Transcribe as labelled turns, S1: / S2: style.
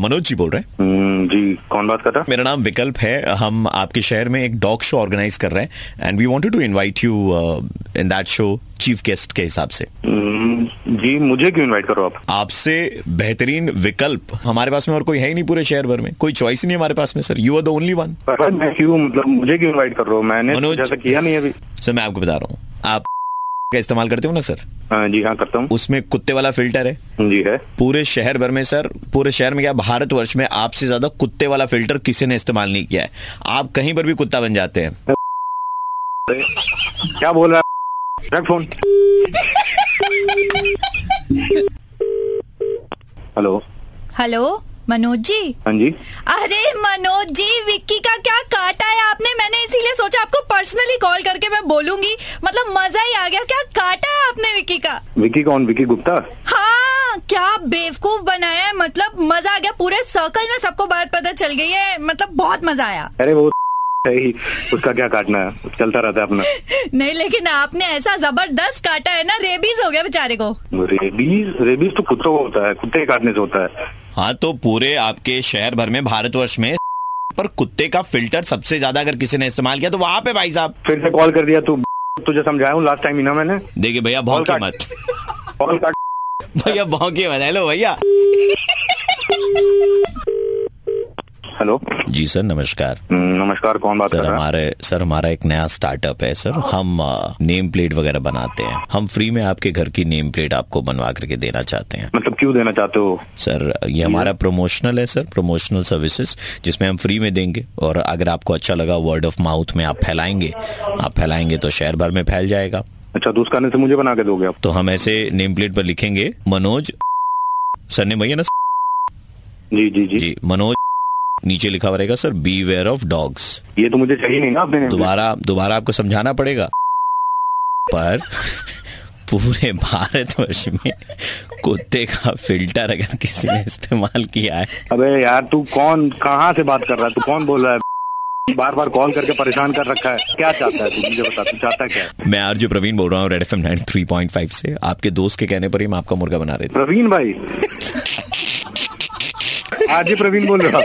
S1: मनोज जी बोल रहे हैं
S2: हम्म, जी कौन बात कर रहा
S1: मेरा नाम विकल्प है हम आपके शहर में एक डॉग शो ऑर्गेनाइज कर रहे हैं and we wanted to invite you in that show chief guest के हिसाब से
S2: हम्म, जी मुझे क्यों इनवाइट करो आप
S1: आपसे बेहतरीन विकल्प हमारे पास में और कोई है ही नहीं पूरे शहर भर में कोई चॉइस ही नहीं हमारे पास में sir you are the only one
S2: पर मैं क्यों मतलब मुझे क्यों इनवाइट कर रहे हो मैंने
S1: मनोज-
S2: जैसा किया नहीं अभी
S1: सर मैं आपको बता रहा हूँ आप का इस्तेमाल करते हो ना सर
S2: हाँ, जी हाँ करता हूँ
S1: उसमें कुत्ते वाला फिल्टर है
S2: जी है
S1: पूरे शहर भर में सर पूरे शहर में क्या भारतवर्ष में आपसे ज्यादा कुत्ते वाला फिल्टर किसी ने इस्तेमाल नहीं किया है आप कहीं पर भी कुत्ता बन जाते हैं
S2: क्या बोल रहा है रख phone hello
S3: hello Manoj ji
S2: हाँ जी
S3: अरे मनोज जी विक्की का क्या काटा है आपने मैंने इसीलिए सोचा आपको पर्सनली कॉल करके मैं बोलूंगी मतलब मजा ही आ गया क्या काटा है आपने विक्की का
S2: विकी कौन विकी गुप्ता
S3: हाँ क्या बेवकूफ बनाया है मतलब मजा आ गया पूरे सर्कल में सबको बात पता चल गई है मतलब बहुत मजा आया
S2: अरे वो है ही उसका क्या काटना है चलता रहता है अपना
S3: नहीं लेकिन आपने ऐसा जबरदस्त काटा है ना रेबीज हो गया बेचारे को
S2: रेबीज रेबीज तो कुत्तों को होता है कुत्ते के काटने से होता है
S1: हाँ तो पूरे आपके शहर भर में भारतवर्ष में पर कुत्ते का फिल्टर सबसे ज्यादा अगर किसी ने इस्तेमाल किया तो वहां पे भाई साहब
S2: फिर से कॉल कर दिया तू तुझे समझाया हूँ लास्ट टाइम ही ना मैंने
S1: देखिए भैया भाव
S2: Call
S1: की
S2: cut.
S1: मत
S2: कॉल काट
S1: भैया भाव की मत हेलो भैया
S2: हेलो
S1: जी सर नमस्कार
S2: Hmm, नमस्कार कौन बात कर
S1: सर
S2: रहा है
S1: हमारे सर हमारा एक नया स्टार्टअप है सर हम नेम प्लेट वगैरह बनाते हैं हम फ्री में आपके घर की नेम प्लेट आपको बनवा करके देना चाहते हैं
S2: मतलब क्यों देना चाहते हो
S1: सर ये हमारा प्रमोशनल है सर प्रमोशनल सर्विसेज जिसमें हम फ्री में देंगे और अगर आपको अच्छा लगा वर्ड ऑफ माउथ में आप फैलाएंगे आप फैलाएंगे तो शहर भर में फैल जाएगा
S2: अच्छा तो उस कारण से मुझे बना के दोगे आप
S1: तो हम ऐसे नेम प्लेट पर लिखेंगे मनोज सर ने भैया ना
S2: जी जी जी
S1: जी मनोज नीचे लिखा हुआ रहेगा sir beware of dogs
S2: ये तो मुझे चाहिए नहीं ना आपने
S1: दोबारा दोबारा आपको समझाना पड़ेगा पर पूरे भारतवर्ष में कुत्ते का फिल्टर अगर किसी ने इस्तेमाल किया है
S2: अबे यार तू कौन कहाँ से बात कर रहा है तू कौन बोल रहा है बार बार कॉल करके परेशान कर रखा है क्या चाहता है तू मुझे बता तू चाहता क्या है
S1: मैं आरजू प्रवीण बोल रहा हूँ red F M nine three point five से आपके दोस्त के कहने पर ही मैं आपका मुर्गा बना रहे थे
S2: प्रवीण भाई आज ही प्रवीण बोल रहा हूँ